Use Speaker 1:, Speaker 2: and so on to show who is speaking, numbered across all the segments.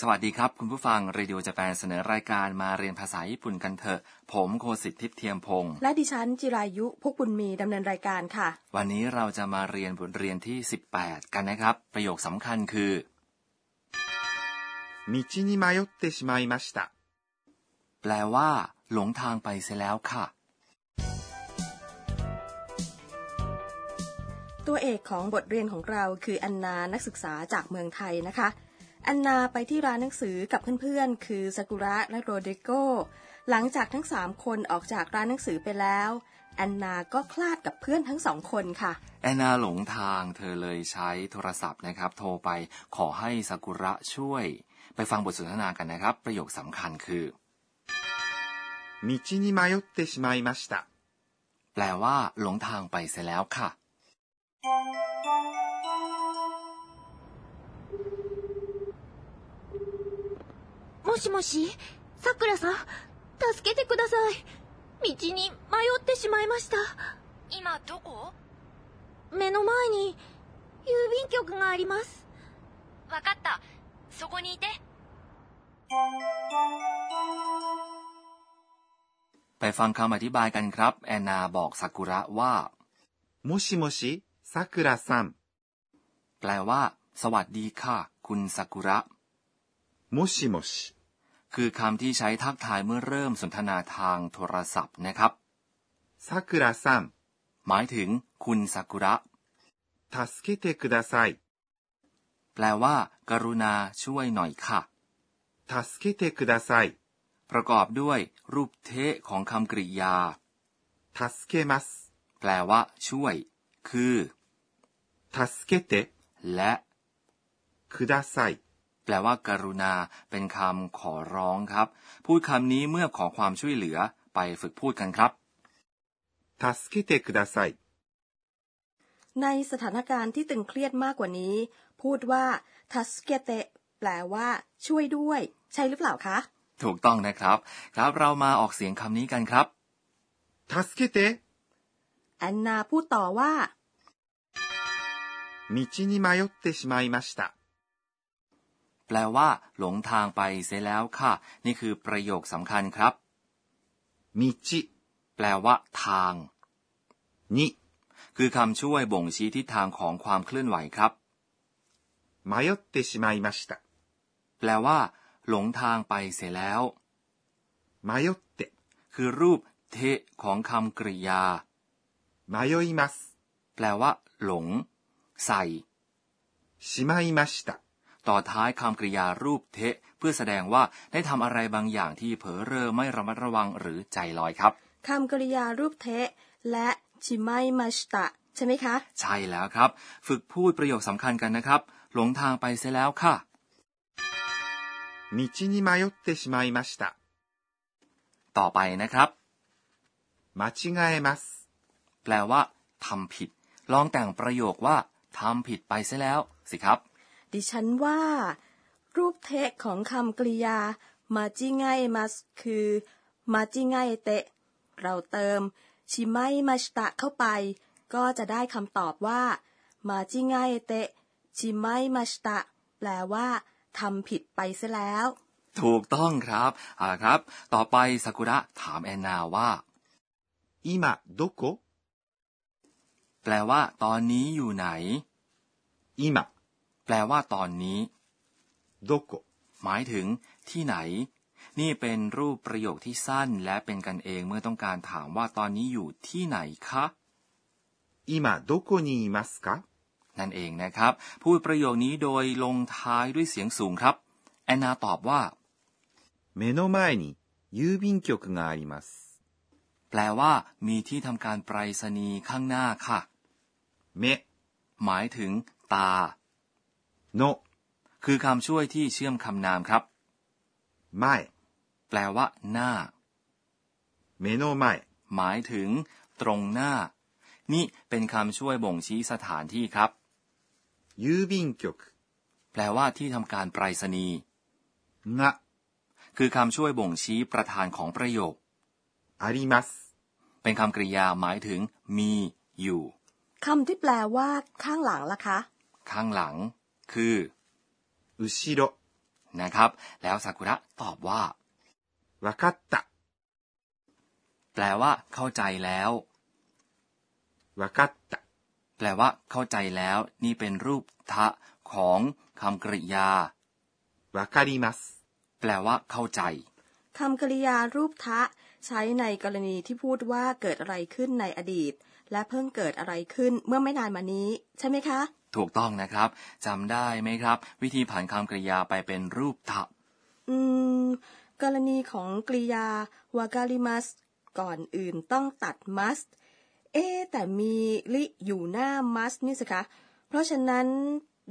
Speaker 1: สวัสดีครับ คุณผู้ฟัง เรดิโอจะแปนเสนอรายการมาเรียนภาษาญี่ปุ่นกันเถอะ ผมโคสิทธิ์ทิพย์เทียมพงศ์
Speaker 2: และดิฉันจิรายุพุกบุญมีดำเนินรายการค่ะ
Speaker 1: วันนี้เราจะมาเรียนบทเรียนที่ 18 กันนะครับ ประโยคสำคัญคือ
Speaker 3: 道に迷ってしまいました。
Speaker 1: แปลว่า หลงทางไปเสียแล้วค่ะ
Speaker 2: ตัวเอกของบทเรียนของเราคืออันนานักศึกษาจากเมืองไทยนะคะ อันนาไปที่ร้านหนังสือกับเพื่อนๆ คือซากุระและโรเดโกหลังจากทั้ง 3 คนออกจากร้านหนังสือไปแล้ว อันนาก็คลาดกับเพื่อนทั้งสองคนค่ะ
Speaker 1: แอนนาหลงทางเธอเลยใช้โทรศัพท์นะครับ โทรไปขอให้ซากุระช่วย ไปฟังบทสนทนากันนะครับ ประโยคสำคัญคือ
Speaker 3: 道に迷ってしまいました。
Speaker 1: แปลว่า หลงทางไปเสียแล้วค่ะ
Speaker 4: もしもし、さくらさん、助けてください。道に迷ってしまいました。今どこ目の前に、郵便局があります。わかった。そこにいて。
Speaker 1: ไปฟังคำอธิบายกันครับ แอนนาบอกซากุระว่า
Speaker 3: もしもし、さくらさん。
Speaker 1: แปลว่า สวัสดีค่ะ คุณซากุระ
Speaker 3: もしもし。
Speaker 1: คือคำที่ใช้ทักทายเมื่อเริ่มสนทนาทางโทรศัพท์นะครับ
Speaker 3: さくらさん、
Speaker 1: หมายถึง คุณซากุระ
Speaker 3: 助けてください。
Speaker 1: แปลว่า กรุณาช่วยหน่อยค่ะ
Speaker 3: 助けてください。
Speaker 1: ประกอบด้วย รูปเทะของคำกริยา
Speaker 3: 助けます。
Speaker 1: แปลว่า ช่วย คือ
Speaker 3: 助けて
Speaker 1: และ
Speaker 3: ください。
Speaker 1: แปลว่า กรุณา เป็นคำขอร้องครับ พูดคำนี้เมื่อขอความช่วยเหลือ ไปฝึกพูดกันครับ
Speaker 3: 助けてください。
Speaker 2: ในสถานการณ์ที่ตึงเครียดมากกว่านี้ พูดว่าทัสเกเตแปลว่า ช่วยด้วย ใช่หรือเปล่าคะ
Speaker 1: ถูกต้องนะครับ ครับเรามาออกเสียงคำนี้กันครับ
Speaker 3: 助けて
Speaker 2: แอนนาพูดต่อว่า
Speaker 3: 道に迷ってしまいました。
Speaker 1: แปลว่า หลงทางไปเสียแล้วค่ะ นี่คือประโยคสำคัญครับ
Speaker 3: 道
Speaker 1: แปลว่า ทาง
Speaker 3: に
Speaker 1: คือคำช่วยบ่งชี้ทิศทางของความเคลื่อนไหวครับ
Speaker 3: 迷ってしまいました。
Speaker 1: แปลว่า หลงทางไปเสียแล้ว
Speaker 3: 迷って、
Speaker 1: คือรูปเทะของคำกริยา
Speaker 3: 迷います。
Speaker 1: แปลว่า หลง ใส่
Speaker 3: しまいました。
Speaker 1: ต่อท้ายคำกริยารูปเทะ เพื่อแสดงว่าได้ทำอะไรบางอย่างที่เผลอเร่อไม่ระมัดระวังหรือใจลอยครับ
Speaker 2: คำกริยารูปเทะ และชิไมมาชตะ ใช่ไหมคะ
Speaker 1: ใช่แล้วครับ ฝึกพูดประโยคสำคัญกันนะครับ หลงทางไปเสียแล้วค่ะ
Speaker 3: 道に迷ってしまいました。
Speaker 1: ต่อไปนะครับ
Speaker 3: 間違えます。
Speaker 1: แปลว่าทำผิด ลองแต่งประโยคว่าทำผิดไปเสียแล้ว สิครับ
Speaker 2: ดิฉันว่า รูปเทะของคำกริยามาจิไงมัสคือมาจิไงเตะ เราเติมชิไมมาชตะเข้าไป ก็จะได้คำตอบว่ามาจิไงเตะชิไมมาชตะ แปลว่าทำผิดไปซะแล้ว
Speaker 1: ถูกต้องครับเอาละครับ ต่อไปซากุระถามแอนนาว่า
Speaker 3: 今、どこ
Speaker 1: แปลว่า ตอนนี้อยู่ไหน
Speaker 3: 今、
Speaker 1: แปลว่า ตอนนี้
Speaker 3: どこ
Speaker 1: หมายถึง ที่ไหน นี่เป็นรูปประโยคที่สั้นและเป็นกันเองเมื่อต้องการถามว่าตอนนี้อยู่ที่ไหนคะ
Speaker 3: 今、どこにいますか
Speaker 1: นั่นเองนะครับ พูดประโยคนี้โดยลงท้ายด้วยเสียงสูงครับ แอนนาตอบว่า
Speaker 3: 目の前に郵便局があります。
Speaker 1: แปลว่า มีที่ทำการไปรษณีย์ข้างหน้าค่ะ
Speaker 3: 目
Speaker 1: หมายถึง ตา
Speaker 3: の
Speaker 1: คือคำช่วยที่เชื่อมคำนามครับ
Speaker 3: 前、
Speaker 1: แปลว่า หน้า
Speaker 3: 目の前、
Speaker 1: หมายถึง ตรงหน้า นี่เป็นคำช่วยบ่งชี้สถานที่ครับ
Speaker 3: 郵便局
Speaker 1: แปลว่าที่ทำการไปรษณีย์
Speaker 3: が
Speaker 1: คือคำช่วยบ่งชี้ประธานของประโยค
Speaker 3: あります。
Speaker 1: เป็นคำกริยาหมายถึง มี อยู่
Speaker 2: คำที่แปลว่า ข้างหลังล่ะคะ
Speaker 1: ข้างหลัง คือ
Speaker 3: 後ろ、
Speaker 1: นะครับ แล้วซากุระตอบว่า
Speaker 3: わかった、
Speaker 1: แปลว่า เข้าใจแล้ว
Speaker 3: わかった、
Speaker 1: แปลว่า เข้าใจแล้ว นี่เป็นรูปทะของคำกริยา
Speaker 3: わかります、
Speaker 1: แปลว่า เข้าใจ
Speaker 2: คำกริยารูปทะ ใช้ในกรณีที่พูดว่าเกิดอะไรขึ้นในอดีต และเพิ่งเกิดอะไรขึ้นเมื่อไม่นานมานี้ ใช่ไหมคะ
Speaker 1: ถูกต้องนะครับจำได้ไหมครับ วิธีผ่านคำกริยาไปเป็นรูปทะ
Speaker 2: อืม กรณีของกริยาวากาลิมัสก่อนอื่นต้องตัดมัสเอ๊ะแต่มีลิอยู่หน้ามัสนี่สิคะ เพราะฉะนั้น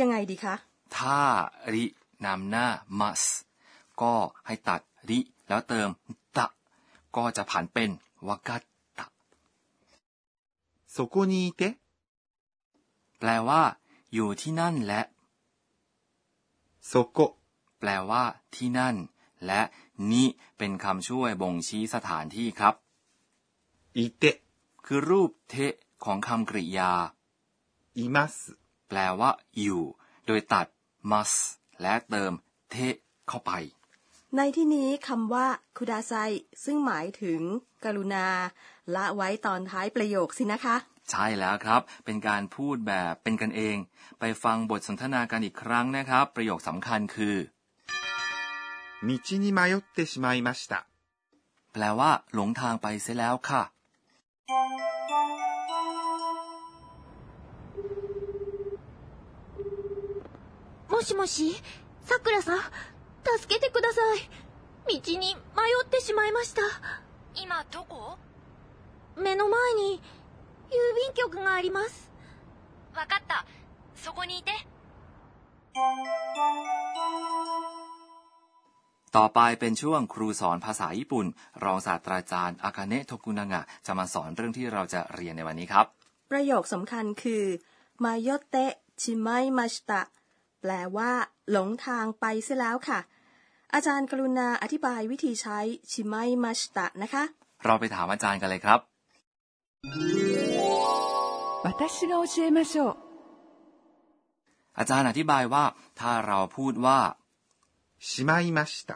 Speaker 2: ยังไงดีคะ
Speaker 1: ถ้ารินำหน้า mas ก็ให้ตัดริแล้วเติมตะ ก็จะผ่านเป็นวากัตตะ
Speaker 3: そこにいて、
Speaker 1: แปลว่า อยู่ที่นั่นและ
Speaker 3: そこ、
Speaker 1: แปลว่า ที่นั่น และนี้เป็นคำช่วยบ่งชี้สถานที่ครับ
Speaker 3: いて、
Speaker 1: คือรูปเทะของคำกริยา
Speaker 3: います、
Speaker 1: แปลว่า อยู่ โดยตัด mas และเติมเทะเข้าไป
Speaker 2: ในที่นี้คำว่าคุดาไซซึ่งหมายถึง กรุณา ละไว้ตอนท้ายประโยคสินะคะ
Speaker 1: ใช่แล้วครับ เป็นการพูดแบบเป็นกันเอง ไปฟังบทสนทนากันอีกครั้งนะครับ ประโยคสำคัญคือ
Speaker 3: 道に迷ってしまいました。
Speaker 1: แปลว่า หลงทางไปเสียแล้วค่ะ
Speaker 4: もしもし、さくらさん、助けてください。道に迷ってしまいました。今どこ目の前に郵便局があります。わかった。そこにいて。
Speaker 1: ต่อไปเป็นช่วงครูสอนภาษาญี่ปุ่น รองศาสตราจารย์อากาเนะโทกุนางะจะมาสอนเรื่องที่เราจะเรียนในวันนี้ครับ
Speaker 2: ประโยคสำคัญคือมายเตะชิไมมาชตะแปลว่า หลงทางไปเสียแล้วค่ะ อาจารย์กรุณาอธิบายวิธีใช้ชิไมมาชตะนะคะ
Speaker 1: เราไปถามอาจารย์กันเลยครับ
Speaker 5: 私が教えましょう
Speaker 1: อาจารย์อธิบายว่า ถ้าเราพูดว่า
Speaker 3: しまいました。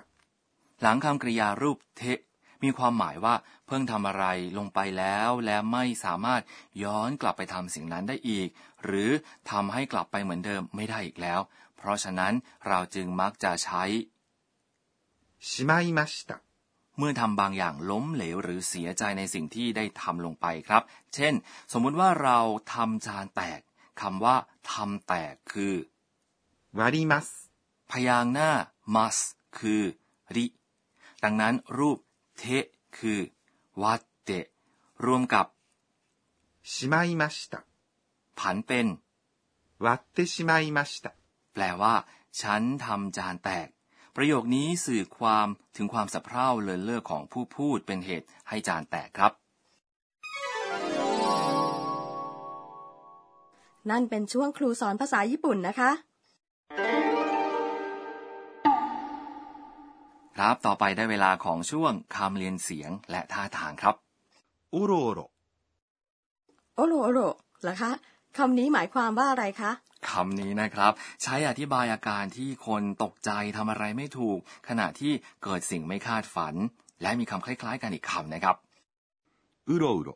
Speaker 1: หลังคำกริยารูปเทะมีความหมายว่า เพิ่งทำอะไรลงไปแล้วและไม่สามารถย้อนกลับไปทำสิ่งนั้นได้อีก หรือทำให้กลับไปเหมือนเดิมไม่ได้อีกแล้ว เพราะฉะนั้นเราจึงมักจะใช้
Speaker 3: しまいました。
Speaker 1: เมื่อทำบางอย่างล้มเหลวหรือเสียใจในสิ่งที่ได้ทำลงไปครับ เช่น สมมุติว่าเราทำจานแตกคำว่าทำแตกคือ
Speaker 3: 割ります。
Speaker 1: พยางค์หน้า must คือริ ดังนั้นรูปเทคือวัดเตะรวมกับ
Speaker 3: しまいました。
Speaker 1: ผันเป็น
Speaker 3: 割ってしまいました。
Speaker 1: แปลว่า ฉันทำจานแตก ประโยคนี้สื่อความถึงความสะเพร่าเลินเล่อของผู้พูดเป็นเหตุให้จานแตกครับ
Speaker 2: นั่นเป็นช่วงครูสอนภาษาญี่ปุ่นนะคะ
Speaker 1: ครับ ต่อไปได้เวลาของช่วงคำเรียนเสียงและท่าทางครับ
Speaker 3: おろおろ、
Speaker 2: โอโรโอโรเหรอคะคำนี้หมายความว่าอะไรคะ
Speaker 1: คำนี้นะครับ ใช้อธิบายอาการที่คนตกใจทำอะไรไม่ถูก ขณะที่เกิดสิ่งไม่คาดฝัน และมีคำคล้ายๆ กันอีกคำนะครับ
Speaker 3: うろうろ、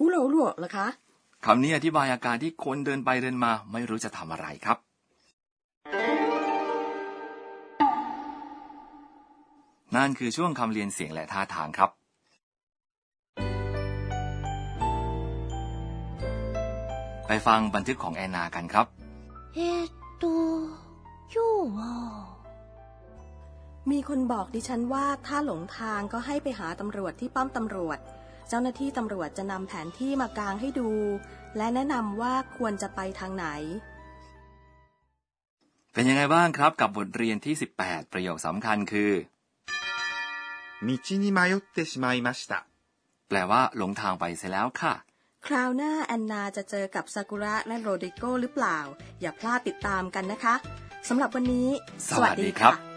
Speaker 2: อุโรโอโรเหรอคะ
Speaker 1: คำนี้อธิบายอาการที่คนเดินไปเดินมา ไม่รู้จะทำอะไรครับ นั่นคือช่วงคำเรียนเสียงและท่าทางครับ ไปฟังบันทึกของแอนนากันครับ
Speaker 4: えー、っと、今日は、
Speaker 2: มีคนบอกดิฉันว่าถ้าหลงทางก็ให้ไปหาตำรวจที่ป้อมตำรวจ เจ้าหน้าที่ตำรวจจะนำแผนที่มากางให้ดู และแนะนำว่าควรจะไปทางไหน
Speaker 1: เป็นยังไงบ้างครับกับบทเรียนที่ 18 ประโยคสำคัญคือ
Speaker 3: 道に迷ってしまいました。
Speaker 1: แปลว่า หลงทางไปเสียแล้วค่ะ
Speaker 2: คราวหน้าแอนนาจะเจอกับซากุระและโรดริโกหรือเปล่า อย่าพลาดติดตามกันนะคะสำหรับวันนี้
Speaker 1: สวัสดีครับ